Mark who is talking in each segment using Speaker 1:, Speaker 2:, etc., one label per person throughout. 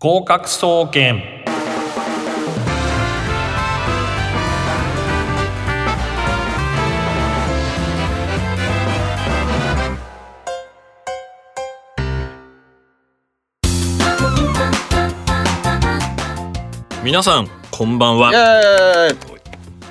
Speaker 1: 合格総研皆さんこんばんは
Speaker 2: え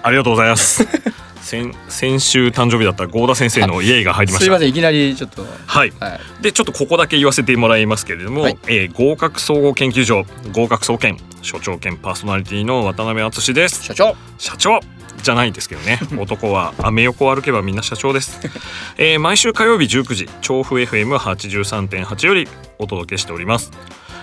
Speaker 1: ありがとうございます 先先週誕生日だった郷田先生のイエイが入りました
Speaker 2: すいませんいきなりちょっとは
Speaker 1: はい
Speaker 2: い
Speaker 1: でちょっとここだけ言わせてもらいますけれども、
Speaker 2: はい
Speaker 1: えー合格総合研究所合格総研所長兼パーソナリティの渡辺敦です
Speaker 2: 所長
Speaker 1: 社長じゃないですけど ね男はアメ横を歩けばみんな社長です、えー毎週火曜日19時調布 FM83.8 よりお届けしております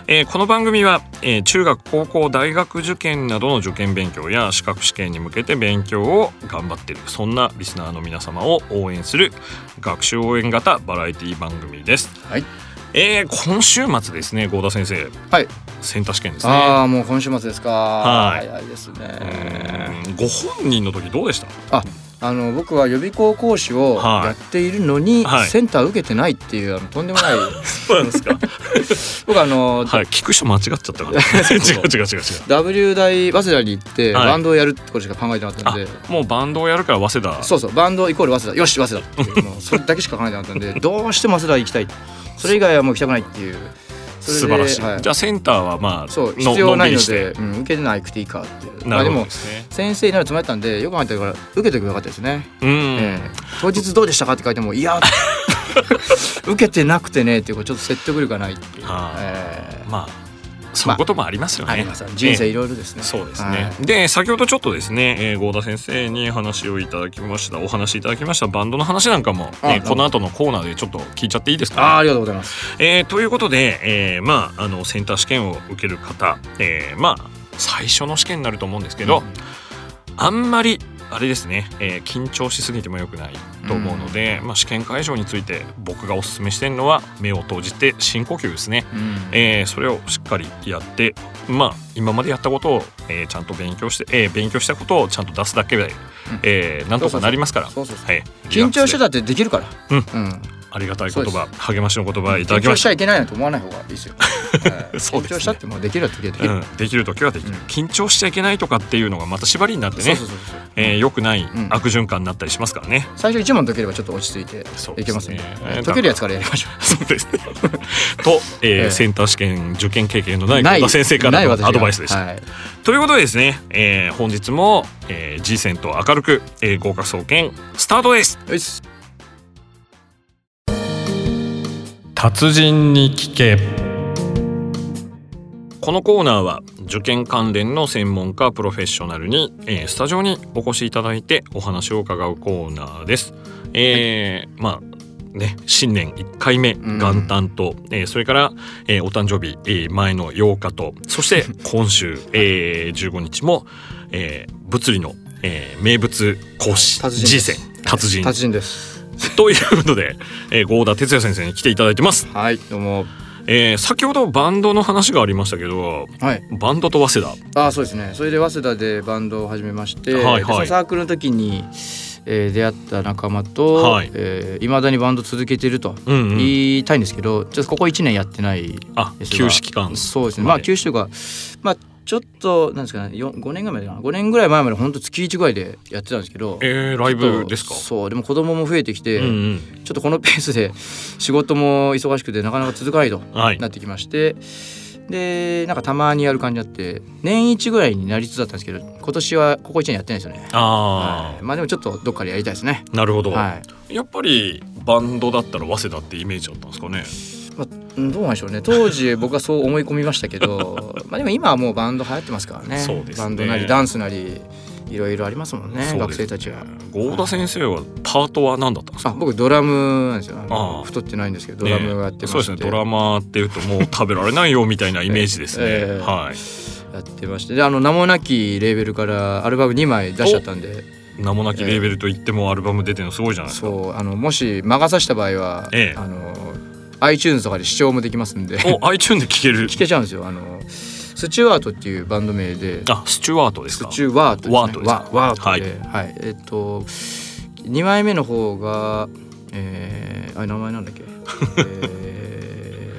Speaker 1: えーこの番組は、えー中学高校大学受験などの受験勉強や資格試験に向けて勉強を頑張っているそんなリスナーの皆様を応援する学習応援型バラエティ番組です、
Speaker 2: はい
Speaker 1: えー今週末ですね郷田先生
Speaker 2: はい
Speaker 1: センター試験ですね
Speaker 2: ああもう今週末ですか
Speaker 1: はい
Speaker 2: 早いです
Speaker 1: う
Speaker 2: ね
Speaker 1: ーんご本人の時どうでした
Speaker 2: あの僕は予備校講師を
Speaker 1: はい
Speaker 2: やっているのに
Speaker 1: はい
Speaker 2: センター受けてないっていうあのとんでも ない
Speaker 1: そうなんですか
Speaker 2: 僕あの
Speaker 1: はい、聞く人間違っちゃったから。 違う違う違う違う。
Speaker 2: W 大早稲田に行って
Speaker 1: はい
Speaker 2: バンドをやるってことしか考えてなかったんで
Speaker 1: もうバンドをやるから早稲田。
Speaker 2: そうそうバンドイコール早稲田よし早稲田っていうもうそれだけしか考えてなかったんでどうしても早稲田行きたいそれ以外はもう行きたくないっていうそれで
Speaker 1: 素晴らしい。
Speaker 2: は
Speaker 1: じゃあセンターはまあ
Speaker 2: そう
Speaker 1: の
Speaker 2: 必要ないの
Speaker 1: んび
Speaker 2: で
Speaker 1: りし
Speaker 2: うん、受けなくていいかっていう
Speaker 1: て
Speaker 2: ま
Speaker 1: な
Speaker 2: あ
Speaker 1: る
Speaker 2: で
Speaker 1: ほど
Speaker 2: も
Speaker 1: ですね。
Speaker 2: 先生になるつもりだったんでよく考えたから受けてくればよかったですね、
Speaker 1: う
Speaker 2: ええ
Speaker 1: ん。
Speaker 2: 当日どうでしたかって書いても いや受けてなくてねっていうこうちょっと説得力がないっていう、
Speaker 1: は
Speaker 2: ええ
Speaker 1: まあそういうこともありますよね。
Speaker 2: あります人生
Speaker 1: ええ。
Speaker 2: いろいろですね、
Speaker 1: そうです
Speaker 2: は
Speaker 1: ね
Speaker 2: い、
Speaker 1: で先ほどちょっとですね、えー、郷田先生に話をいただきましたお話いただきましたバンドの話なんかも、
Speaker 2: あ
Speaker 1: ね、この後のコーナーでちょっと聞いちゃっていいですか、ね、
Speaker 2: ああありがとうございます
Speaker 1: えーということで、えーまあ、あのセンター試験を受ける方、えーまあ、最初の試験になると思うんですけど、あんまりあれですね、えー緊張しすぎてもよくないと思うので、まあ、試験会場について僕がおすすめしてるのは目を閉じて深呼吸ですね、
Speaker 2: うん
Speaker 1: えーそれをしっかりやって、まあ、今までやったことを、えーちゃんと勉強して、えー勉強したことをちゃんと出すだけで、えーなんとかなりますから。
Speaker 2: そうそうそう
Speaker 1: はい、
Speaker 2: 緊張して
Speaker 1: リラックスで
Speaker 2: たってできるから、
Speaker 1: うん
Speaker 2: うん、
Speaker 1: ありがたい
Speaker 2: そ
Speaker 1: 言
Speaker 2: うです
Speaker 1: 葉励ましの言葉いただ
Speaker 2: 緊
Speaker 1: きま
Speaker 2: 張
Speaker 1: し
Speaker 2: したちゃいけないなと思わない方がいいですよ、はい
Speaker 1: そうですね
Speaker 2: 緊張したってもうできる時はできる、
Speaker 1: うん、できる時はできる、
Speaker 2: うん
Speaker 1: 緊張しちゃいけないとかっていうのがまた縛りになって
Speaker 2: そう
Speaker 1: ね
Speaker 2: そうそうそう
Speaker 1: えー良くない
Speaker 2: ん
Speaker 1: 悪循環になったりしますからね、
Speaker 2: 最初一問解ければちょっと落ち着いて
Speaker 1: そう
Speaker 2: いけますね
Speaker 1: ですね
Speaker 2: えー解けるやつからやりましょう
Speaker 1: そうですねと、えー
Speaker 2: ええ
Speaker 1: センター試験受験経験のない小田先生から
Speaker 2: ない
Speaker 1: の
Speaker 2: 私が
Speaker 1: アドバイスでした、
Speaker 2: はい、
Speaker 1: ということでですね、えー本日も、えー、G セント明るく、えー合格総研スタートです
Speaker 2: よし
Speaker 1: 達人に聞けこのコーナーは受験関連の専門家プロフェッショナルに、えースタジオにお越しいただいてお話を伺うコーナーです。えーまあね、新年1回目
Speaker 2: ん
Speaker 1: 元旦と、えーそれから、えーお誕生日、えー前の8日とそして今週、えー15日も、えー物理の、えー名物講師
Speaker 2: 達人です
Speaker 1: G 戦達人
Speaker 2: 達人です
Speaker 1: ということで、えー、郷田哲也先生に来ていただいてます。
Speaker 2: はいどうも
Speaker 1: えー先ほどバンドの話がありましたけど
Speaker 2: はい
Speaker 1: バンドと早稲田
Speaker 2: あーそうですねそれで早稲田でバンドを始めまして、
Speaker 1: はいはい
Speaker 2: でそのサークルの時に、えー出会った仲間と、
Speaker 1: はい
Speaker 2: えー未だにバンド続けてると
Speaker 1: うんうん
Speaker 2: 言いたいんですけど、ちょっとここ1年やってない
Speaker 1: あ
Speaker 2: ですが
Speaker 1: 休止期間
Speaker 2: そうですねま
Speaker 1: は
Speaker 2: あ
Speaker 1: い
Speaker 2: 休止というかまあちょっとなんですかねよ5年ぐらい前かな5年ぐらい前まで本当月1ぐらいでやってたんですけど
Speaker 1: えー、ライ
Speaker 2: ちょっ
Speaker 1: ブ
Speaker 2: と
Speaker 1: ですか
Speaker 2: そうでも子供も増えてきて、
Speaker 1: うんうん
Speaker 2: ちょっとこのペースで仕事も忙しくてなかなか続かないと
Speaker 1: はい
Speaker 2: なってきましてでなんかたまにやる感じになって年一ぐらいになりつつだったんですけど今年はここ1年やってないですよね
Speaker 1: あ
Speaker 2: は
Speaker 1: あ、
Speaker 2: い、まあでもちょっとどっかでやりたいですね
Speaker 1: なるほど、
Speaker 2: は
Speaker 1: やっぱりバンドだったら早稲田ってイメージだったんですかね
Speaker 2: い、まあ、うんどうなんでしょうね当時僕はそう思い込みましたけ どまあでも今はもうバンド流行ってますからね
Speaker 1: そうですね
Speaker 2: バンドなりダンスなりいろいろありますもんね
Speaker 1: そうで
Speaker 2: 学
Speaker 1: すね
Speaker 2: 生たちは
Speaker 1: 郷田先生はパートは何だったんです
Speaker 2: あ
Speaker 1: か
Speaker 2: 僕ドラムなんですよあの
Speaker 1: あー
Speaker 2: 太ってないんですけどド
Speaker 1: ね
Speaker 2: ラムをやってまして、
Speaker 1: そうですねドラマーっていうともう食べられないよみたいなイメージですね、
Speaker 2: ええ
Speaker 1: はい
Speaker 2: やってましてであの名もなきレーベルからアルバム2枚出しちゃったんで
Speaker 1: 名もなきレーベルと言ってもアルバム出てるのすごいじゃないですか
Speaker 2: そうあのもし魔が差した場合は、
Speaker 1: ええ
Speaker 2: あの iTunes とかで視聴もできますんで
Speaker 1: お iTunes で聴ける
Speaker 2: 聞けちゃうんですよあのスチュワートっていうバンド名で
Speaker 1: あスチュワートです
Speaker 2: ス
Speaker 1: か
Speaker 2: チュワート
Speaker 1: ワートですか
Speaker 2: ワワートで、はいえっと2枚目の方がえー、あれ名前なんだっけえ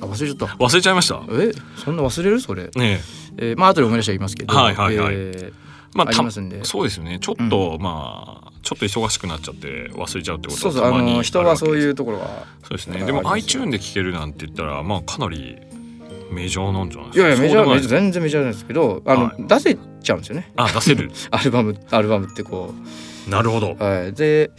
Speaker 2: ーあ忘れちゃった
Speaker 1: 忘れちゃいました
Speaker 2: えそんな忘れるそれ、
Speaker 1: ねえ
Speaker 2: えーまあ後で思い出して言いますけど
Speaker 1: はいはいはい
Speaker 2: えー
Speaker 1: まあ
Speaker 2: あ
Speaker 1: た
Speaker 2: りますんで
Speaker 1: そうですよねちょっと、まあちょっと忙しくなっちゃって忘れちゃうってこと
Speaker 2: そう
Speaker 1: は
Speaker 2: そう
Speaker 1: た
Speaker 2: あ
Speaker 1: まに
Speaker 2: の人はそう
Speaker 1: う
Speaker 2: いうところは
Speaker 1: そうです
Speaker 2: あ
Speaker 1: ね
Speaker 2: の
Speaker 1: でも
Speaker 2: ありますよ
Speaker 1: iTune で聴けるなんて言ったらまあかなりメジャーなんじゃない
Speaker 2: い
Speaker 1: ですか
Speaker 2: やいやメジャ
Speaker 1: そうでも
Speaker 2: ー
Speaker 1: な
Speaker 2: メ
Speaker 1: い
Speaker 2: ジャー全然メジャーなんですけどあの、
Speaker 1: はい
Speaker 2: 出せちゃうんですよね
Speaker 1: あ出せる
Speaker 2: アルバムアルバムってこ
Speaker 1: なるほど
Speaker 2: うはいで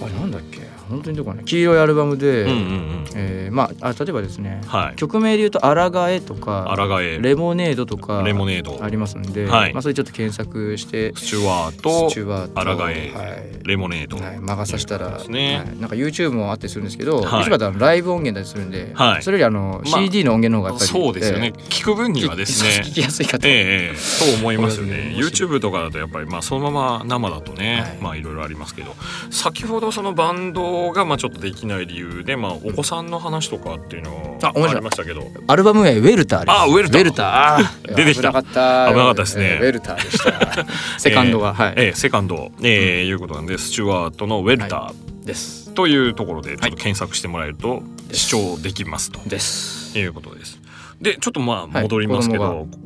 Speaker 2: あれなんだっけ本当にどこかね黄色いアルバムで、
Speaker 1: うんうんうん
Speaker 2: えーまああ例えばですね
Speaker 1: はい
Speaker 2: 曲名で言うと「あらがえ」と
Speaker 1: あ
Speaker 2: から
Speaker 1: が
Speaker 2: 「
Speaker 1: えレ
Speaker 2: レモネード」とか
Speaker 1: モネード
Speaker 2: ありますんで、
Speaker 1: はい
Speaker 2: まあ、それちょっと検索して
Speaker 1: スチュワー
Speaker 2: ス
Speaker 1: ト
Speaker 2: チュワート
Speaker 1: あらがえ
Speaker 2: はい
Speaker 1: レモネード
Speaker 2: はい、魔が差した
Speaker 1: で
Speaker 2: ら、
Speaker 1: すね
Speaker 2: はい、なんか YouTube もあったりするんですけど、
Speaker 1: はい
Speaker 2: YouTube だとライブ音源だったりするんで、
Speaker 1: はい
Speaker 2: それよりあの、
Speaker 1: まあ
Speaker 2: CD の音源の方がやっぱり
Speaker 1: そうですよね聞く分にはですね
Speaker 2: 聞きやすいかと、
Speaker 1: ええええ と思いますよね
Speaker 2: 面白い
Speaker 1: YouTube とかだとやっぱりまあそのまま生だとね、
Speaker 2: はい
Speaker 1: い、まあいろいろありますけど先ほどそのバンドがまあちょっとできない理由でまあお子さんの話とかっていうの
Speaker 2: あ
Speaker 1: あ
Speaker 2: 面白い
Speaker 1: りましたけど
Speaker 2: アルバム名ウェルターです。
Speaker 1: あウェルター
Speaker 2: あー
Speaker 1: 出てきた
Speaker 2: 危なかった。
Speaker 1: 危なかったですね
Speaker 2: えーウェルター でした。セカンドが、はい、
Speaker 1: ええセカンド、ええいうことなんでスチュワートのウェルタ
Speaker 2: です
Speaker 1: ーというところでちょっと検索してもらえると視聴できますと
Speaker 2: です。
Speaker 1: いうことです。でちょっとまあ
Speaker 2: はい
Speaker 1: 戻りますけど、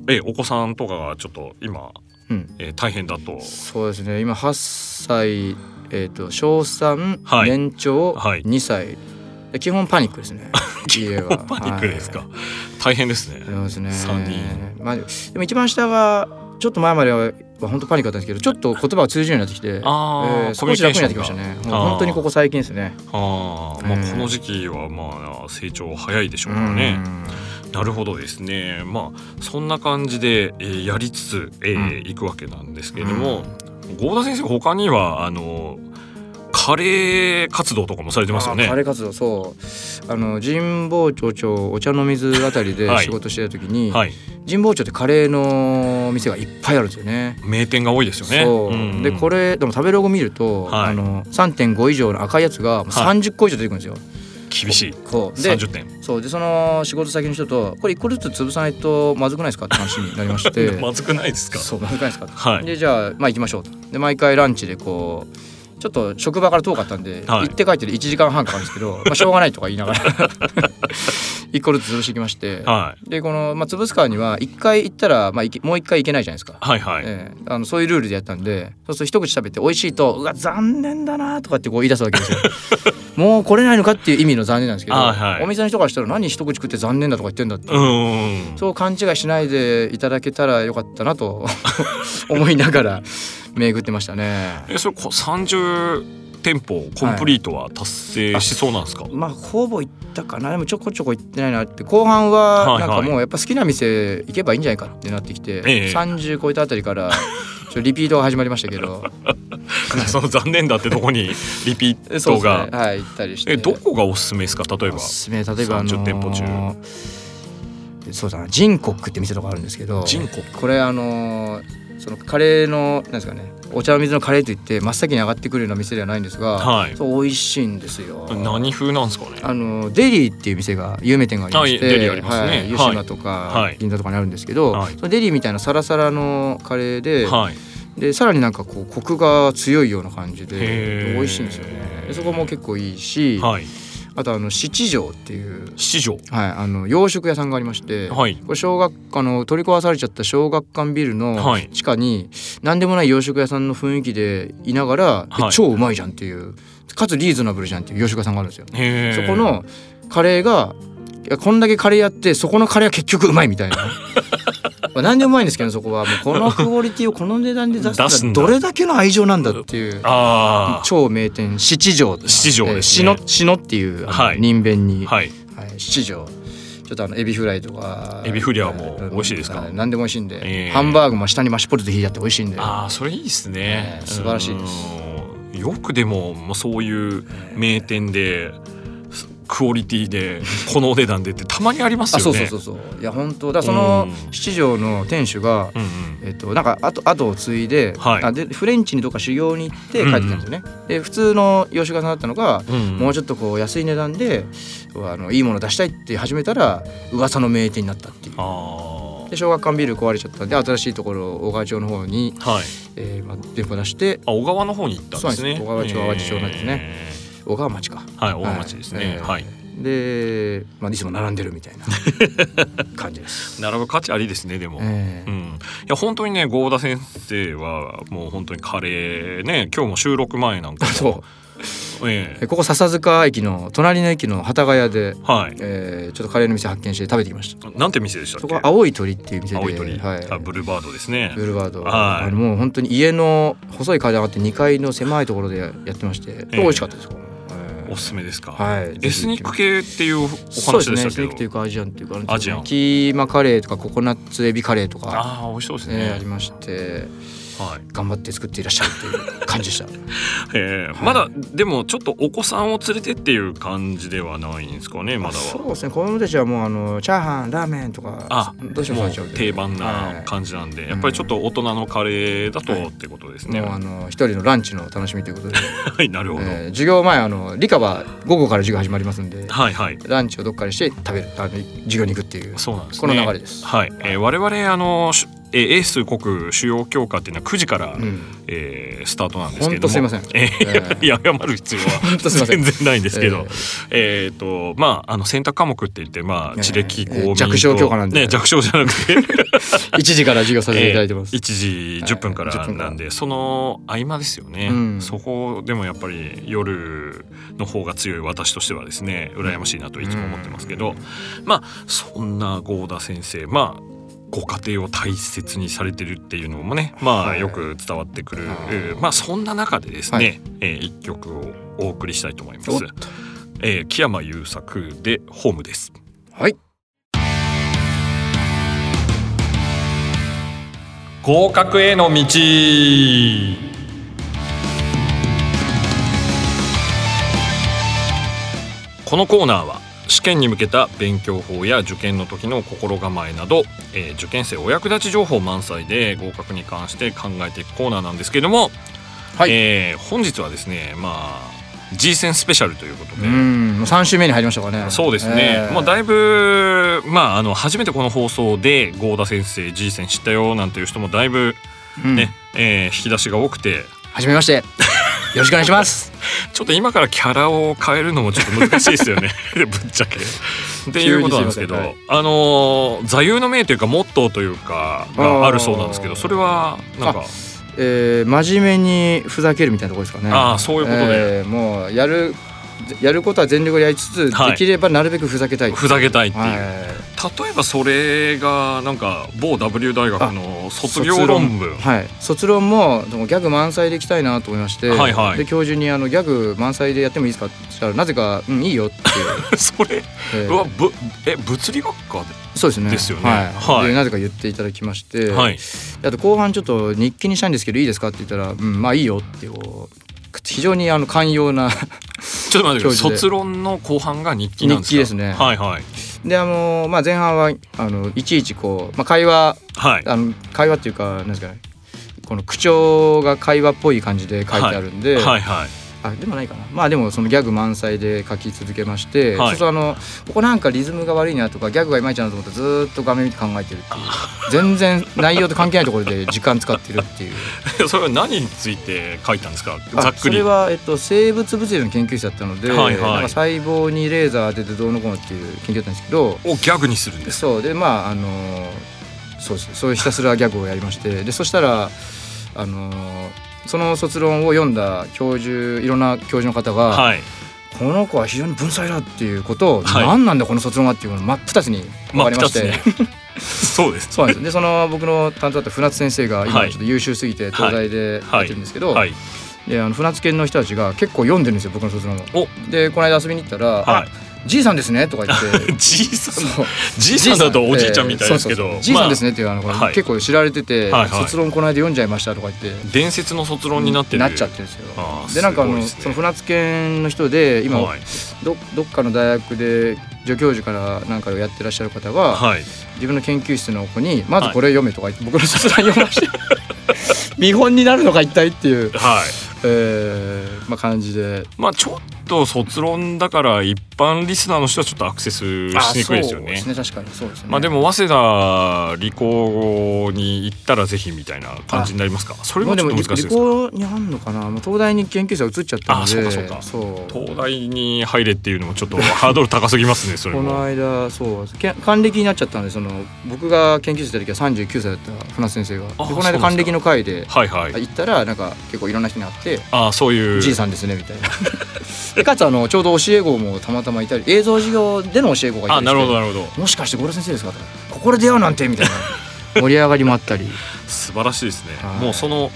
Speaker 2: 子
Speaker 1: ええお子さんとかがちょっと今、
Speaker 2: うん
Speaker 1: ええ大変だ と
Speaker 2: そうですね。今8歳、えっ、と小3、
Speaker 1: はい
Speaker 2: 年長、
Speaker 1: はい
Speaker 2: 2歳。で基本パニックです ね。家は
Speaker 1: パニックですか、
Speaker 2: はい
Speaker 1: 大変ですね。
Speaker 2: そうですね。
Speaker 1: 三人
Speaker 2: まあでも一番下がちょっと前までは本当パニックだったんですけど、ちょっと言葉が通じるようになってきて。
Speaker 1: あー
Speaker 2: えー
Speaker 1: コミュ
Speaker 2: 少
Speaker 1: ニ
Speaker 2: し
Speaker 1: ケー
Speaker 2: 楽
Speaker 1: シ
Speaker 2: に
Speaker 1: ョン
Speaker 2: なっ
Speaker 1: が
Speaker 2: てきましたね。もう
Speaker 1: あー
Speaker 2: 本当にここ最近ですね。
Speaker 1: ああ、まあ
Speaker 2: えー
Speaker 1: この時期はまあ成長早いでしょうからね。なるほどですね。まあそんな感じで、えーやりつつ、えーいくわけなんですけれども、郷田先生他にはあのカレー活動とかもされてますよ
Speaker 2: あ
Speaker 1: ね
Speaker 2: カ。レー活動そうあの神保町町お茶の水あたりで
Speaker 1: はい
Speaker 2: 仕事してた時に、
Speaker 1: はい、
Speaker 2: 神保町ってカレーの店がいっぱいあるんですよね。
Speaker 1: 名店が多いですよね。
Speaker 2: そう、でこ
Speaker 1: れ
Speaker 2: れでも食べログ見ると、
Speaker 1: はい
Speaker 2: あの3.5以上の赤いやつがもう
Speaker 1: はい
Speaker 2: 30個以上出てくるんですよ。
Speaker 1: 厳しい。
Speaker 2: こうで
Speaker 1: 三十点。
Speaker 2: そうでその仕事先の人とこれ1個ずつ潰さないとまずくないですかって話になりまして
Speaker 1: まずく ないですか。
Speaker 2: そうまずくないですか
Speaker 1: はい。
Speaker 2: でじゃあまあ行きましょうとで毎回ランチでこうちょっと職場から遠かったんで、
Speaker 1: はい
Speaker 2: 行って帰ってで1時間半かかるんです けど、まあ、しょうがないとか言いながら 一個ずつ潰してきまして、
Speaker 1: はい。
Speaker 2: でこの、まあ、潰すからには1回行ったら、まあ、行けもう1回行けないじゃないですか、
Speaker 1: はいはい。
Speaker 2: ええあのそういうルールでやったんでそうすると一口食べて美味しいと「うわ残念だな」とかってこう言い出すわ けですよ。もう来れないのかっていう意味の残念なんですけど、
Speaker 1: はいはい
Speaker 2: お店の人からしたら何一口食って残念だとか言ってんだっ
Speaker 1: う
Speaker 2: て
Speaker 1: ーん。
Speaker 2: そう勘違いしないでいただけたらよかったな と思いながら巡ってましたね。
Speaker 1: えそれこ三十店舗コンプリートは達成しそうなんですか。
Speaker 2: まあほぼ行ったかなでもちょこちょこ行ってないなって後半は
Speaker 1: はい
Speaker 2: な
Speaker 1: は
Speaker 2: ん
Speaker 1: い
Speaker 2: かもうやっぱ好きな店行けばいいんじゃないかってなってきて、
Speaker 1: ええ
Speaker 2: 30超えたあたり からちょっとリピートが始まりましたけど
Speaker 1: その残念だってとこにリピー
Speaker 2: そう
Speaker 1: ト
Speaker 2: ですね
Speaker 1: が。
Speaker 2: はい行ったりして
Speaker 1: えどこがおすすめですか例えば
Speaker 2: おすすめ例えばあの
Speaker 1: 30店舗
Speaker 2: そうだなジンコックって店とかあるんですけど
Speaker 1: 人口
Speaker 2: これあのーそのカレーのなんですかねお茶の水のカレーといって真っ先に上がってくるような店ではないんですが、
Speaker 1: はい
Speaker 2: そう美味しいんですよ。
Speaker 1: 何風なんですかね
Speaker 2: あのデリーっていう店が有名店がありまして、
Speaker 1: はいデリーありますね
Speaker 2: はい湯島と
Speaker 1: は
Speaker 2: か
Speaker 1: い
Speaker 2: 銀座とかにあるんですけど、
Speaker 1: はい
Speaker 2: そのデリーみたいなサラサラのカレーで、
Speaker 1: はい
Speaker 2: でさらになんかこうコクが強いような感じ
Speaker 1: へ
Speaker 2: で
Speaker 1: ー
Speaker 2: 美味しいんですよね。でそこも結構いいし、
Speaker 1: はい
Speaker 2: あとあの七条っていう
Speaker 1: 七条
Speaker 2: はい、あの洋食屋さんがありまして、
Speaker 1: はい
Speaker 2: これ小学あの取り壊されちゃった小学館ビルの
Speaker 1: はい
Speaker 2: 地下に、何でもない洋食屋さんの雰囲気でいながら、え
Speaker 1: はい
Speaker 2: 超うまいじゃんっていうかつリーズナブルじゃんっていう洋食屋さんがあるんですよ。
Speaker 1: へ
Speaker 2: そ
Speaker 1: ー
Speaker 2: このカレーがいやこんだけカレーやってそこのカレーは結局うまいみた いな。まあ何でもうまいんですけどそこはもうこのクオリティをこの値段で出す
Speaker 1: 出す
Speaker 2: の
Speaker 1: ん
Speaker 2: は
Speaker 1: だ
Speaker 2: どれだけの愛情なんだっていう。
Speaker 1: あ
Speaker 2: 超名店七条
Speaker 1: 七条ですね
Speaker 2: えー篠篠っていうあの
Speaker 1: はい
Speaker 2: 人弁に
Speaker 1: あはい
Speaker 2: はい、七条ちょっとあのエビフライとか
Speaker 1: エビフリアも美味しいですか
Speaker 2: はい何でも美味しいんで、
Speaker 1: ええ
Speaker 2: ハンバーグも下にマッシュポテト引いてあって美味しいんで
Speaker 1: ああそれいいですね
Speaker 2: えー素晴らしいです
Speaker 1: うんよくでもまあそういう名店でクオリティでこのお値段でってたまにあります
Speaker 2: あ
Speaker 1: よ
Speaker 2: そうそう
Speaker 1: ね
Speaker 2: そうそういや本当だからその
Speaker 1: うん
Speaker 2: 七条の店主が、
Speaker 1: うんうん
Speaker 2: えっと、なんか後後を継いで,、
Speaker 1: はい
Speaker 2: あでフレンチにどっか修行に行って帰ってきたんですよね、で普通の洋食屋さんだったのが、
Speaker 1: うん
Speaker 2: もうちょっとこう安い値段であのいいもの出したいって始めたら噂の名店になったっていう
Speaker 1: あ
Speaker 2: で小学館ビル壊れちゃったんで新しいところを小川町の方に、
Speaker 1: あはい
Speaker 2: えーまあ、店舗出して
Speaker 1: あ小川の方に行ったんですね
Speaker 2: そうなんです小川町淡路町なんですね
Speaker 1: え
Speaker 2: 小川町か
Speaker 1: ーはい小川町ですね
Speaker 2: えー
Speaker 1: はい
Speaker 2: で、まあ、いつも並んでるみ たいな感じです。
Speaker 1: 並ぶ価値ありですねでも、
Speaker 2: え
Speaker 1: う
Speaker 2: え
Speaker 1: ん、いや本当にね郷田先生はもう本当にカレーね今日も収録前なんかも
Speaker 2: そう
Speaker 1: え
Speaker 2: えここ笹塚駅の隣の駅の幡ヶ谷で、
Speaker 1: えはい
Speaker 2: えーちょっとカレーの店発見して食べてきました。
Speaker 1: なんて店でしたっけ
Speaker 2: そこは青い鳥っていう店で、
Speaker 1: 青い鳥、
Speaker 2: はい、
Speaker 1: あブルーバードですね
Speaker 2: ブルーバード、
Speaker 1: はい
Speaker 2: あのもう本当に家の細い階段があって2階の狭いところでやってまして、
Speaker 1: ええ
Speaker 2: 美味しかったですここええ
Speaker 1: おすすめですか、
Speaker 2: はい
Speaker 1: エスニック系っていうお
Speaker 2: そ
Speaker 1: 話
Speaker 2: うです
Speaker 1: で
Speaker 2: ね
Speaker 1: した
Speaker 2: ス
Speaker 1: け
Speaker 2: テ
Speaker 1: ど、
Speaker 2: ーキというかアジアンというかあるんですけど
Speaker 1: アジアン
Speaker 2: キーマカレーとかココナッツエビカレーとか、
Speaker 1: ああ美味しそうですね
Speaker 2: ね、ありまして
Speaker 1: はい
Speaker 2: 頑張って作っていらっしゃるっていう感じでした
Speaker 1: ええ
Speaker 2: はい
Speaker 1: まだでもちょっとお子さんを連れてっていう感じではないんですかねまだ
Speaker 2: そう
Speaker 1: は
Speaker 2: ですね子供たちはもうあのチャーハンラーメンとか
Speaker 1: あ
Speaker 2: どうしても
Speaker 1: も
Speaker 2: そううなっちゃうけど
Speaker 1: 定番
Speaker 2: は
Speaker 1: ない感じなんで、やっぱりちょっと大人のカレーだ
Speaker 2: はい
Speaker 1: とってことですね、
Speaker 2: もうあ
Speaker 1: は
Speaker 2: の一人のランチの楽しみということで、
Speaker 1: いなるほど、
Speaker 2: えー授業前あの理科は午後から授業始まりますんで
Speaker 1: はいはい
Speaker 2: ランチをどっかにして食べるあの授業に行くっていう
Speaker 1: そうなんですね
Speaker 2: この流れです
Speaker 1: はい、えー我々あのしえー英数国主要教科っていうのは9時から、
Speaker 2: うん
Speaker 1: えースタートなんです
Speaker 2: ほ
Speaker 1: け
Speaker 2: ん
Speaker 1: ど
Speaker 2: と
Speaker 1: も
Speaker 2: すいません
Speaker 1: えー
Speaker 2: えー
Speaker 1: いや謝る必要
Speaker 2: ほん
Speaker 1: は
Speaker 2: とすいません
Speaker 1: 全然ないんですけど
Speaker 2: え、
Speaker 1: えっ、とまああの選択科目って言ってまあ
Speaker 2: ええ
Speaker 1: 地歴公
Speaker 2: ええ
Speaker 1: 民と
Speaker 2: 弱小教科なんで
Speaker 1: ね弱小じゃなくて
Speaker 2: 1時から授業させていただいてます、
Speaker 1: えー1時10分から
Speaker 2: はい10分か
Speaker 1: な
Speaker 2: ら
Speaker 1: んで、その合間ですよね、
Speaker 2: うん
Speaker 1: そこでもやっぱり夜の方が強い私としてはですね羨ましいなといつも思ってますけど、まあそんな郷田先生まあご家庭を大切にされてるっていうのもねまあ
Speaker 2: はい
Speaker 1: よく伝わってくる、
Speaker 2: はい
Speaker 1: まあそんな中でですね、
Speaker 2: はい
Speaker 1: えー一曲をお送りしたいと思います
Speaker 2: おっ。
Speaker 1: えー木山優作でホームです。
Speaker 2: はい
Speaker 1: 合格への道このコーナーは試験に向けた勉強法や受験の時の心構えなど、えー受験生お役立ち情報満載で合格に関して考えていくコーナーなんですけども、
Speaker 2: はい
Speaker 1: えー本日はですねまあ G 戦スペシャルということで、
Speaker 2: うんもう3週目に入りましたからね
Speaker 1: そうですね、
Speaker 2: えー
Speaker 1: もうだいぶ、まあ、あの初めてこの放送で郷田先生 G 戦知ったよなんていう人もだいぶ
Speaker 2: うん
Speaker 1: ね、えー引き出しが多くて
Speaker 2: はじめまして。よろしくお願いします。
Speaker 1: ちょっと今からキャラを変えるのもちょっと難しいですよ ねぶっちゃけ。 っていうことなんですけど
Speaker 2: 急にすい
Speaker 1: あのー座右の銘というかモットーというかがあるそうなんですけど
Speaker 2: あー
Speaker 1: それはなんか
Speaker 2: えー、真面目にふざけるみたいなところですかね。
Speaker 1: あーそういうことで
Speaker 2: えーもうやるやることは全力でやりつつ、
Speaker 1: はい
Speaker 2: できればなるべくふざけたい。
Speaker 1: ふざけたいっていう、
Speaker 2: はい。
Speaker 1: 例えばそれがなんか某 W 大学の卒業論文
Speaker 2: はい。卒論もでもギャグ満載でいきたいなと思いまして、
Speaker 1: はいはい
Speaker 2: で教授にあのギャグ満載でやってもいいですかって言ったらなぜかうんいい よっ て
Speaker 1: それ
Speaker 2: いう。えー
Speaker 1: はぶえ物理学科
Speaker 2: そうですね。
Speaker 1: ですよね
Speaker 2: はい。
Speaker 1: はい
Speaker 2: でなぜか言っていただきまして、
Speaker 1: で、はい、
Speaker 2: あと後半ちょっと日記にしたいんですけどいいですかって言ったら、うんまあいいよってこう非常にあの寛容な。
Speaker 1: ちょっと待ってください
Speaker 2: 教授で
Speaker 1: 卒論の後半が日記なんですか
Speaker 2: 日記ですね
Speaker 1: はいはい
Speaker 2: であのまあ、前半はあのいちいちこう、まあ、会話
Speaker 1: はい
Speaker 2: あの会話っていうかなんですかねこの口調が会話っぽい感じで書いてあるんで、
Speaker 1: はいはい
Speaker 2: あでもないかなまあでもそのギャグ満載で書き続けまして、
Speaker 1: はい
Speaker 2: そうするとあのここなんかリズムが悪いなとかギャグがいまいちだなと思ったらずーっと画面見て考えてるっていう全然内容と関係ないところで時間使ってるっていう
Speaker 1: それは何について書いたんですか
Speaker 2: あ
Speaker 1: ざっく
Speaker 2: そ
Speaker 1: り
Speaker 2: れは、えっと、生物物理の研究室だったので、
Speaker 1: はいはい
Speaker 2: なんか細胞にレーザー当ててどうのこうのっていう研究だったんですけど、
Speaker 1: をギャグにするんです
Speaker 2: そうでまああのそうですそういうひたすらギャグをやりましてでそしたらあのその卒論を読んだ教授いろんな教授の方が、
Speaker 1: はい
Speaker 2: この子は非常に文才だっていうことを、
Speaker 1: はい
Speaker 2: 何なんだこの卒論はっていうのを真っ二つに分
Speaker 1: ま
Speaker 2: か
Speaker 1: あ
Speaker 2: りま
Speaker 1: 二
Speaker 2: し
Speaker 1: つ
Speaker 2: て、
Speaker 1: ね そうです
Speaker 2: そうなんですでその僕の担当だった船津先生が
Speaker 1: は
Speaker 2: 今
Speaker 1: い
Speaker 2: ちょっと優秀すぎて東大で
Speaker 1: はい
Speaker 2: やってるんですけど、
Speaker 1: はい
Speaker 2: であの船津研の人たちが結構読んでるんですよ僕の卒論を
Speaker 1: お。
Speaker 2: でこの間遊びに行ったら「
Speaker 1: はい
Speaker 2: あじいさんですね」とか言って
Speaker 1: じいさん
Speaker 2: そう
Speaker 1: じいさんだとおじいちゃんみたいですけ
Speaker 2: えーそう
Speaker 1: ど
Speaker 2: そうじいさんです
Speaker 1: ね
Speaker 2: ねっていうあの、これ
Speaker 1: はい
Speaker 2: 結構知られてて、
Speaker 1: はいはい
Speaker 2: 卒論この間読んじゃいましたとか言って。
Speaker 1: 伝説の卒論になってる
Speaker 2: なっちゃってるんですよ
Speaker 1: あー
Speaker 2: でなんかあ
Speaker 1: すご
Speaker 2: の、
Speaker 1: いですね
Speaker 2: その船津研の人で今、
Speaker 1: はい
Speaker 2: どどっかの大学で助教授からなんかをやってらっしゃる方が、
Speaker 1: はい
Speaker 2: 自分の研究室の子に「まずこれ読め」とか言って、僕の卒論読ま して見本になるのか一体っていう、
Speaker 1: はい
Speaker 2: えーまあ、感じで
Speaker 1: まあちょっと卒論だから一般リスナーの人はちょっとアクセスしにくいですよね
Speaker 2: あそうですね確かにそうですね
Speaker 1: まあでも早稲田理工に行ったらぜひみたいな感じになりますかそれ
Speaker 2: まあ
Speaker 1: もち
Speaker 2: で
Speaker 1: ょっと
Speaker 2: も理
Speaker 1: 難しいですか
Speaker 2: 工にあんのかなもう東大に研究者移っちゃったので
Speaker 1: あそうかそうか
Speaker 2: そう
Speaker 1: 東大に入れっていうのもちょっとハードル高すぎますねそれ
Speaker 2: この
Speaker 1: も
Speaker 2: 間そうけ還暦になっちゃったんでその僕が研究室いた時は39歳だった船津先生がで
Speaker 1: あ
Speaker 2: この
Speaker 1: そうなんです
Speaker 2: 間
Speaker 1: か
Speaker 2: 還暦の会で
Speaker 1: はいはい
Speaker 2: 行ったらなんか結構いろんな人に会って
Speaker 1: あそうい
Speaker 2: 「
Speaker 1: う
Speaker 2: じいさんですね」みたいな でかつあのちょうど教え子もたまたまいたり映像授業での教え子がいたりして
Speaker 1: あなるほどなるほど
Speaker 2: もしかして五郎先生ですかとかここで出会うなんてみたいな 盛り上がりもあったり
Speaker 1: 素晴らしいですね、
Speaker 2: はい
Speaker 1: もうその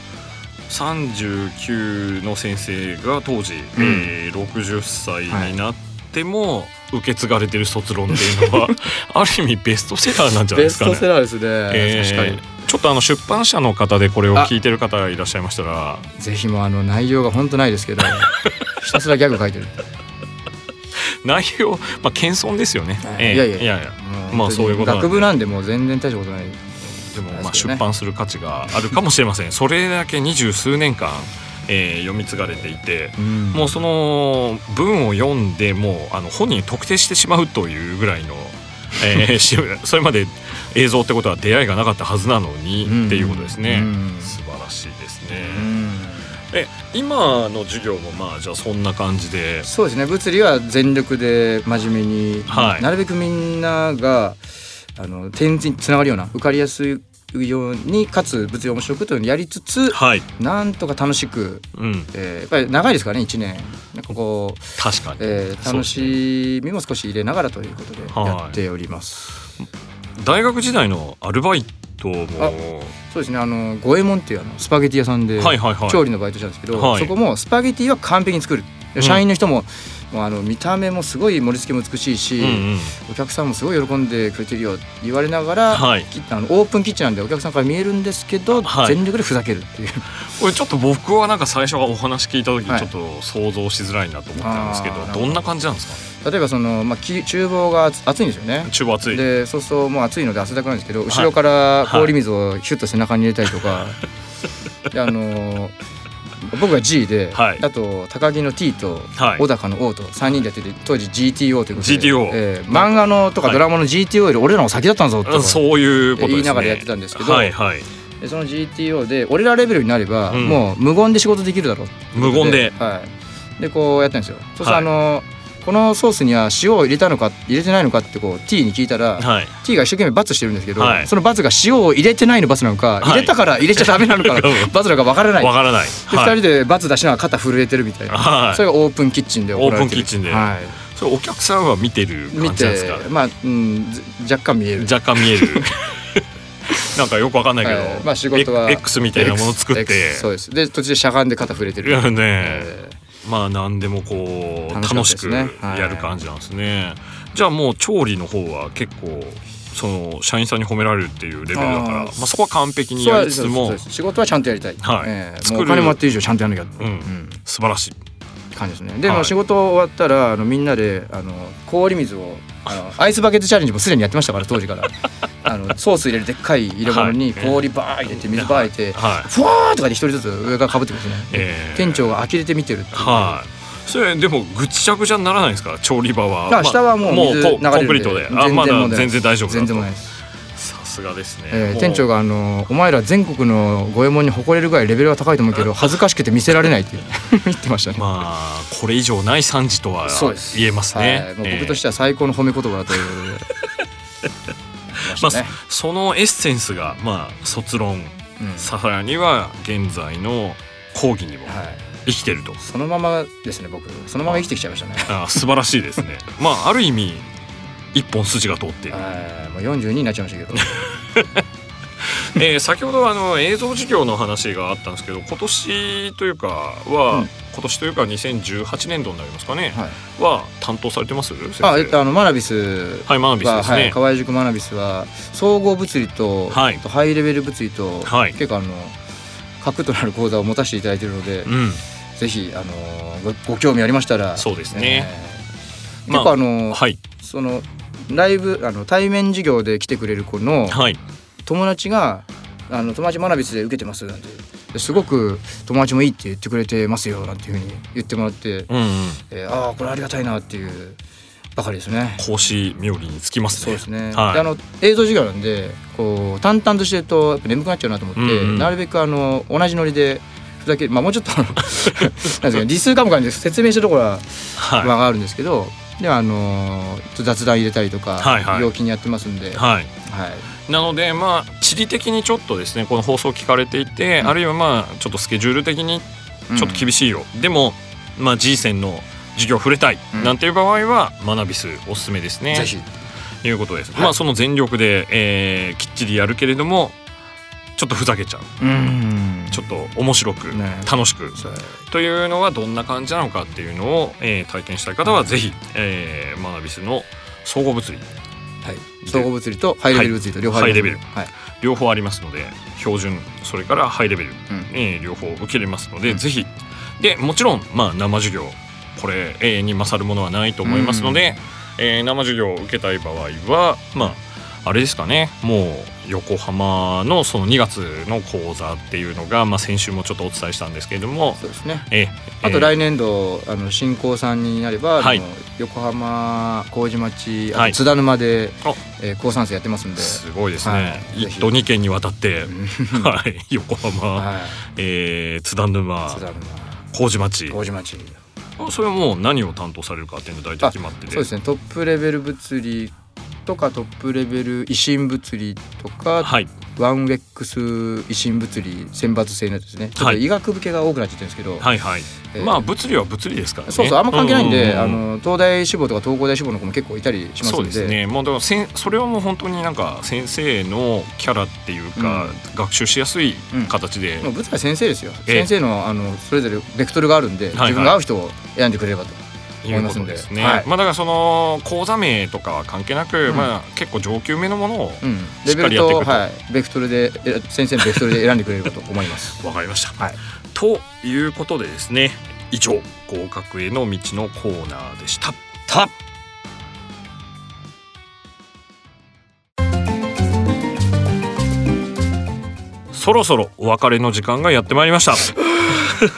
Speaker 1: 39の先生が当時、
Speaker 2: うん
Speaker 1: えー60歳になっても受け継がれてる卒論っていう のはある意味ベストセラーなんじゃないですかね。
Speaker 2: ラーですね、
Speaker 1: えー
Speaker 2: 確か
Speaker 1: ちょっとあの出版社の方でこれを聞いてる方いらっしゃいましたら
Speaker 2: にぜひもうあの内容が本当ないです けどひたすらギャグ書いてる
Speaker 1: 内容、まあ、謙遜ですよね、
Speaker 2: はい
Speaker 1: えー
Speaker 2: いやいや
Speaker 1: いやいや
Speaker 2: も
Speaker 1: まあそういうことなんで
Speaker 2: 学部なんでもう全然大したことない
Speaker 1: でも
Speaker 2: そう
Speaker 1: まあ
Speaker 2: です
Speaker 1: 出
Speaker 2: よね
Speaker 1: 版する価値があるかもしれませ んそれだけ二十数年間、えー読み継がれていて、
Speaker 2: うん
Speaker 1: もうその文を読んでもうあの本人に特定してしまうというぐらいの、えー し それまで映像ってことは出会いがなかったはずなのに、
Speaker 2: うん
Speaker 1: っていうことですね、
Speaker 2: うん
Speaker 1: 素晴らしいですね、
Speaker 2: うん
Speaker 1: え今の授業もまあじゃあそんな感じで
Speaker 2: そうですね物理は全力で真面目に、
Speaker 1: はい
Speaker 2: なるべくみんながあの点につながるような受かりやすいようにかつ物理を面白くというのをやりつつ
Speaker 1: はい、
Speaker 2: なんとか楽しく、
Speaker 1: うん、
Speaker 2: えーやっぱり長いですからね1年なんかこう、
Speaker 1: 確かに、
Speaker 2: えー楽しみも少し入れながらということで
Speaker 1: はい
Speaker 2: やっております。
Speaker 1: 大学時代のアルバイトも
Speaker 2: あそうですねあの五右衛門っていうあのスパゲティ屋さんで、
Speaker 1: はいはいはい
Speaker 2: 調理のバイトしたんですけど、
Speaker 1: はい
Speaker 2: そこもスパゲティは完璧に作る
Speaker 1: うん
Speaker 2: 社員の人も,、もうあの見た目もすごい盛り付けも美しいし、
Speaker 1: うんうん、
Speaker 2: お客さんもすごい喜んでくれてるよって言われながら、
Speaker 1: はい
Speaker 2: きあのオープンキッチンなんでお客さんから見えるんですけど、
Speaker 1: はい
Speaker 2: 全力でふざけるっていう
Speaker 1: これちょっと僕はなんか最初お話聞いた時
Speaker 2: はい
Speaker 1: ちょっと想像しづらいなと思ってたんですけど、
Speaker 2: あー
Speaker 1: どんな感じなんですかね
Speaker 2: 例えばその、まあ、き厨房が熱熱いんですよね。
Speaker 1: 中暑い
Speaker 2: でそうするともう暑いので汗だくなんですけど後ろから氷水をヒュッと背中に入れたりとか、 であのー僕が G で、
Speaker 1: はい
Speaker 2: あと高木の T と
Speaker 1: はい
Speaker 2: 小高の O と3人でやってて当時 GTO ということで
Speaker 1: GTO
Speaker 2: えー漫画のとか
Speaker 1: はい
Speaker 2: ドラマの GTO より俺らの先だったんぞとか、
Speaker 1: そういうことですね。
Speaker 2: 言いながらやってたんですけど
Speaker 1: はいはい。
Speaker 2: でその GTO で俺らレベルになれば、
Speaker 1: うん
Speaker 2: もう無言で仕事できるだろうって
Speaker 1: 無言で。
Speaker 2: はい、でこうやったんですよそしたら、
Speaker 1: はい
Speaker 2: あのこのソースには塩を入れたのか入れてないのかってこう T に聞いたら、
Speaker 1: はい。
Speaker 2: T が一生懸命罰してるんですけど、
Speaker 1: はい
Speaker 2: その罰が塩を入れてないの罰なのか、
Speaker 1: い
Speaker 2: 入れたから入れちゃダメな のか罰なのか分からない
Speaker 1: わからない。
Speaker 2: で、
Speaker 1: は
Speaker 2: 2
Speaker 1: い。
Speaker 2: 人で罰出しながら肩震えてるみたいな、
Speaker 1: はい
Speaker 2: それがオープンキッチンで怒られてる
Speaker 1: オープンキッチンで
Speaker 2: はい、
Speaker 1: それお客さんは見てる
Speaker 2: 見
Speaker 1: 感じなんです
Speaker 2: て
Speaker 1: か。
Speaker 2: まあ、うん、ず若干見える
Speaker 1: 若干見え る。なんかよくわかんないけど、
Speaker 2: はいまあ仕事は
Speaker 1: X X みたいなもの作って、
Speaker 2: X そうですで途中でしゃがんで肩震えて
Speaker 1: い
Speaker 2: る
Speaker 1: やね、
Speaker 2: えー
Speaker 1: まあ何でもこう
Speaker 2: 楽しか
Speaker 1: 楽
Speaker 2: っ
Speaker 1: した
Speaker 2: です
Speaker 1: く
Speaker 2: ね
Speaker 1: やる感じなんですね。じゃあもう調理の方は結構その社員さんに褒められるっていうレベルだから、
Speaker 2: あー
Speaker 1: まあそこは完璧にやりつつ
Speaker 2: そう
Speaker 1: も
Speaker 2: ですそうです仕事はちゃんとやりたい、
Speaker 1: はい
Speaker 2: えー
Speaker 1: 作
Speaker 2: も
Speaker 1: る
Speaker 2: うお金もあって以上ちゃんとやんなきゃって、
Speaker 1: うん
Speaker 2: うん
Speaker 1: 素晴らしい。
Speaker 2: 感じですねで、
Speaker 1: はい
Speaker 2: もう仕事終わったらあのみんなであの氷水をあのアイスバケツチャレンジもすでにやってましたから当時から あのソース入れるでっかい入れ物に
Speaker 1: はい
Speaker 2: 氷バー入れて水バー入れて
Speaker 1: はい。
Speaker 2: ふわーとかで一人ずつ上からかぶってくるんですね、
Speaker 1: えー
Speaker 2: 店長が呆れて見てるっていう
Speaker 1: はい。それでもぐっちゃぐちゃにならないですか調理場は。
Speaker 2: だから下はもう
Speaker 1: も
Speaker 2: 水流れる
Speaker 1: うんコンコンクリートで。あまだ全然大丈夫だと。
Speaker 2: 全然問題ないです、
Speaker 1: さすがですね。
Speaker 2: えー
Speaker 1: もう
Speaker 2: 店長。があの「お前ら全国の五右衛門に誇れるぐらいレベルは高いと思うけど恥ずかしくて見せられない」って 言ってましたね、
Speaker 1: まあこれ以上ない惨事とは
Speaker 2: そうです
Speaker 1: 言えます
Speaker 2: は
Speaker 1: ね
Speaker 2: い、。もう僕としては最高の褒め言葉だということで、
Speaker 1: えー
Speaker 2: ま
Speaker 1: ま
Speaker 2: し
Speaker 1: あ
Speaker 2: たね
Speaker 1: そそのエッセンスがまあ卒論
Speaker 2: うん
Speaker 1: さらには現在の講義にも
Speaker 2: はい、
Speaker 1: 生きてると。
Speaker 2: そのままですね僕そのまま生きてきちゃいましたね
Speaker 1: あ素晴らしいです ね。まあある意味一本筋が通っている。
Speaker 2: はいもう42になっちゃいま したけど
Speaker 1: えー先ほどあの映像授業の話があったんですけど今年というかは、
Speaker 2: うん
Speaker 1: 今年というか2018年度になりますかね、は
Speaker 2: はい
Speaker 1: 担当されてます先生
Speaker 2: あえっとあのマナビス
Speaker 1: はいマナビス
Speaker 2: は、
Speaker 1: です
Speaker 2: は
Speaker 1: ね
Speaker 2: い、、河合塾マナビスは総合物理と、
Speaker 1: はい
Speaker 2: あとハイレベル物理と、
Speaker 1: はい
Speaker 2: 結構あの核となる講座を持たせていただいているので、ぜひあのごご興味ありましたら
Speaker 1: そうですね
Speaker 2: えー
Speaker 1: まあ
Speaker 2: 結構あ
Speaker 1: うん
Speaker 2: の、
Speaker 1: はい
Speaker 2: そのライブあの対面授業で来てくれる子の
Speaker 1: はい
Speaker 2: 友達があの友達マナビスで受けてますなんてですごく友達もいいって言ってくれてますよなんていうふうに言ってもらって、
Speaker 1: うんうん
Speaker 2: えーああこれありがたいなっていうばかりですね。
Speaker 1: 孔子冥利につきます
Speaker 2: そう
Speaker 1: ね
Speaker 2: ですね、
Speaker 1: はい
Speaker 2: であの映像授業なんでこう淡々としてるとやっぱ眠くなっちゃうなと思って、
Speaker 1: うんうん
Speaker 2: なるべくあの同じノリでふざける、まあ、もうちょっとあの なんですかね理数科目なんで説明したところは
Speaker 1: はい、
Speaker 2: まああるんですけど、であのちょっと雑談入れたりとか、
Speaker 1: はいはい
Speaker 2: 陽気にやってますんで、は
Speaker 1: はい
Speaker 2: い、
Speaker 1: なのでまあ地理的にちょっとですねこの放送聞かれていて、
Speaker 2: うん
Speaker 1: あるいはまあちょっとスケジュール的にちょっと厳
Speaker 2: しい、
Speaker 1: しいよ、でもまあ G 線の授業触れたい、
Speaker 2: うん
Speaker 1: なんていう場合は学び数おすすめですね
Speaker 2: ぜひ
Speaker 1: ということです、
Speaker 2: はい
Speaker 1: まあその全力で、えーきっちりやるけれどもちょっとふざけちゃう
Speaker 2: うん
Speaker 1: ちょっと面白く、
Speaker 2: ね
Speaker 1: 楽しく
Speaker 2: そう
Speaker 1: というのはどんな感じなのかっていうのを、えー体験したい方はぜひ、えー、学び数の総合物理
Speaker 2: はい、総合物理とハイレベル物理と両方ありますねはい、
Speaker 1: 両方ありますので標準それからハイレベル、
Speaker 2: うん
Speaker 1: えー両方受けれますので、
Speaker 2: うん
Speaker 1: ぜひでもちろん、まあ、生授業これ永遠に勝るものはないと思いますので、えー生授業を受けたい場合はまああれですかねもう横浜のその2月の講座っていうのが、まあ、先週もちょっとお伝えしたんですけれども、
Speaker 2: そうですね。
Speaker 1: えー
Speaker 2: あ
Speaker 1: え
Speaker 2: と
Speaker 1: ー
Speaker 2: 来年度あの新高さんになれば、
Speaker 1: はい
Speaker 2: あの横浜麹町あと
Speaker 1: はい
Speaker 2: 津田沼で、
Speaker 1: あ
Speaker 2: えー高三生やってますんで、
Speaker 1: すごいですね、
Speaker 2: はい
Speaker 1: 一都二県にわたって、はい、横浜、
Speaker 2: はい、
Speaker 1: えー津田沼
Speaker 2: 津田沼
Speaker 1: 麹町
Speaker 2: 麹町
Speaker 1: それはもう何を担当されるかっていうのは大体決まってて
Speaker 2: そうですねトップレベル物理とかトップレベル維新物理とか、
Speaker 1: はい
Speaker 2: ワンウェックス維新物理選抜制のやつですねちょっ
Speaker 1: は
Speaker 2: と
Speaker 1: い
Speaker 2: 医学部系が多くなっちゃってるんですけど、
Speaker 1: はいはい、
Speaker 2: えー
Speaker 1: まあ物理は物理ですからね
Speaker 2: そうそうあんま関係ないんで、
Speaker 1: ううう
Speaker 2: あの東大志望とか東工大志望の子も結構いたりします
Speaker 1: そ
Speaker 2: ん
Speaker 1: う
Speaker 2: で
Speaker 1: ですねもうでもせんそれはもう本当になんか先生のキャラっていうか、学習しやすい形で、
Speaker 2: もう舞台先生ですよ、
Speaker 1: ええ
Speaker 2: 先生のあのそれぞれベクトルがあるんで、
Speaker 1: いはい
Speaker 2: 自分が合う人を選んでくれればと
Speaker 1: いうことですね
Speaker 2: 思いますんではい
Speaker 1: まあだからその講座名とかは関係なく、
Speaker 2: うん
Speaker 1: まあ結構上級めのものを
Speaker 2: うん、
Speaker 1: し
Speaker 2: レ
Speaker 1: っか
Speaker 2: ベ
Speaker 1: り
Speaker 2: ル
Speaker 1: やって
Speaker 2: と
Speaker 1: いくと。
Speaker 2: はい、ベクトルでえ先生のベクトルで選んでくれればと思います
Speaker 1: わかりました、
Speaker 2: はい
Speaker 1: ということでですね以上合格への道のコーナーでしたたそろそろお別れの時間がやってまいりました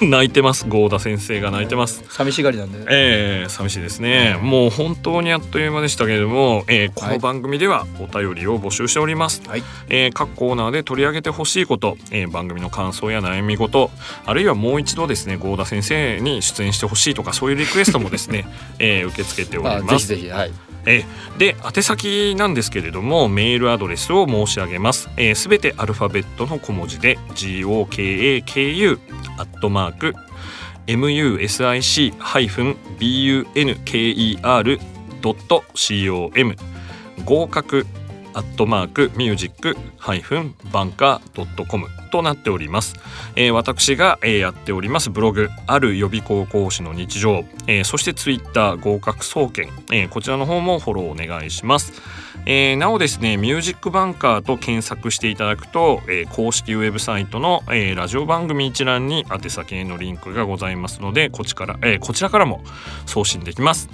Speaker 1: 泣いてます郷田先生が泣いてます
Speaker 2: 寂しがりなんで、
Speaker 1: えー、寂しいですね、もう本当にあっという間でしたけれども、えーこの番組ではお便りを募集しております、
Speaker 2: はい
Speaker 1: えー各コーナーで取り上げてほしいこと、えー番組の感想や悩み事あるいはもう一度ですね郷田先生に出演してほしいとかそういうリクエストもですね、 えー受け付けてお
Speaker 2: ま
Speaker 1: り
Speaker 2: あ、
Speaker 1: ま
Speaker 2: ぜ
Speaker 1: す
Speaker 2: ひぜひ、はい、
Speaker 1: えーで宛先なんですけれどもメールアドレスを申し上げますすべ、えー全てアルファベットの小文字で GOKAKU アットマーク music-bunker.com 合格アットマークミュージックハイフンバンカー .com となっております、えー私が、えーやっておりますブログある予備高校師の日常、えーそしてツイッター合格総研、えーこちらの方もフォローお願いしますえーなおですね「ミュージックバンカー」と検索していただくと、えー公式ウェブサイトの、えーラジオ番組一覧に宛先へのリンクがございますのでこっちから、えーこちらからも送信できます。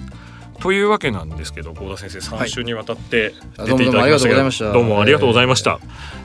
Speaker 1: というわけなんですけど郷田先生3週にわたって
Speaker 2: あ
Speaker 1: 出ていただきましたけど、ど
Speaker 2: ど
Speaker 1: う
Speaker 2: う
Speaker 1: も
Speaker 2: も
Speaker 1: あ
Speaker 2: あ
Speaker 1: り
Speaker 2: り
Speaker 1: がと
Speaker 2: がと
Speaker 1: うご
Speaker 2: うご
Speaker 1: ざ
Speaker 2: ざ
Speaker 1: い
Speaker 2: い
Speaker 1: ま
Speaker 2: ま
Speaker 1: し、
Speaker 2: した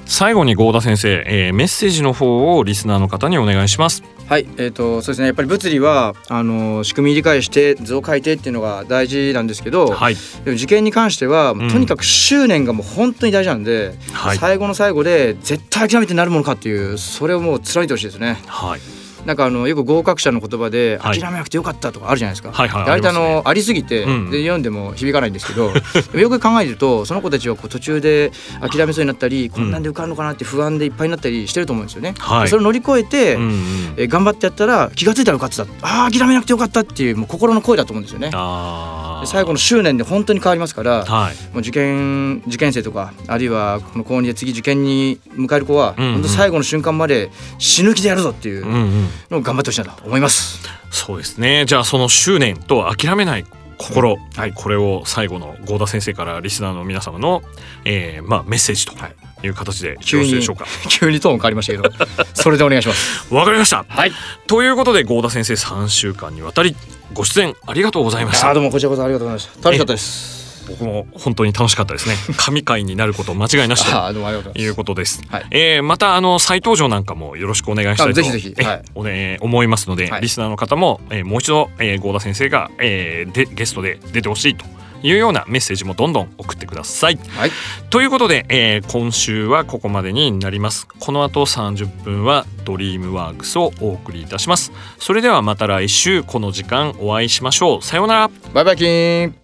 Speaker 1: 最後に郷田先生、えーメッセージの方をリスナーの方にお願いします。
Speaker 2: はい、えっ、とそうですね、やっぱり物理はあの仕組み理解して図を書いてっていうのが大事なんですけど、
Speaker 1: はい、
Speaker 2: でも受験に関しては、
Speaker 1: ん
Speaker 2: とにかく執念がもう本当に大事なんで、
Speaker 1: はい
Speaker 2: 最後の最後で絶対諦めてなるものかっていうそれをもう貫いてほしいですね
Speaker 1: はい、
Speaker 2: なんかあのよく合格者の言葉で、
Speaker 1: はい
Speaker 2: 諦めなくてよかったとかあるじゃないですか、
Speaker 1: はいはい
Speaker 2: であれって
Speaker 1: あ
Speaker 2: あ
Speaker 1: りま
Speaker 2: の
Speaker 1: す
Speaker 2: あ
Speaker 1: ね
Speaker 2: り,、すぎて、
Speaker 1: うん
Speaker 2: で読んでも響かないんです けどでもよく考えるとその子たちはこう途中で諦めそうになったり、こんなんで受かるのかなって不安でいっぱいになったりしてると思うんですよね、
Speaker 1: はい
Speaker 2: それを乗り越えて、
Speaker 1: うんうん、
Speaker 2: え頑張ってやったら気がついたら受かってたあー諦めなくてよかったっていうもう心の声だと思うんですよね
Speaker 1: あー
Speaker 2: で最後の執念で本当に変わりますから、
Speaker 1: はい、
Speaker 2: もう受験受験生とかあるいはこの高2で次受験に迎える子は、
Speaker 1: うんうん
Speaker 2: 本当最後の瞬間まで死ぬ気でやるぞっていう
Speaker 1: うんうん、
Speaker 2: のを頑張ってほしいなと思います。
Speaker 1: そうですねじゃあその執念と諦めない心、はい、これを最後の郷田先生からリスナーの皆様の、えーまあ、メッセージという形でよろし
Speaker 2: 急
Speaker 1: い
Speaker 2: に
Speaker 1: でしょうか。
Speaker 2: 急にトーン変わりましたけど、それでお願いします。
Speaker 1: わかりました
Speaker 2: はい。
Speaker 1: ということで郷田先生3週間にわたりご出演ありがとうございました
Speaker 2: あー。どうもこちらこそありがとうございました。楽しかったです。
Speaker 1: 僕も本当に楽しかった ですね神回になること間違いなしと
Speaker 2: ああどうもありがとうござ
Speaker 1: い
Speaker 2: いうま
Speaker 1: ことです、
Speaker 2: はい
Speaker 1: えーまたあの再登場なんかもよろしくお願いしたいと
Speaker 2: あぜひぜひ
Speaker 1: え
Speaker 2: はい
Speaker 1: おね思いますので、
Speaker 2: はい
Speaker 1: リスナーの方も、えーもう一度、えー、郷田先生が、えーでゲストで出てほしいというようなメッセージもどんどん送ってください。
Speaker 2: すはい
Speaker 1: ということで、えー今週はここまでになりますこの後30分はドリームワークスをお送りいたしますそれではまた来週この時間お会いしましょうさようなら
Speaker 2: バイバイキーン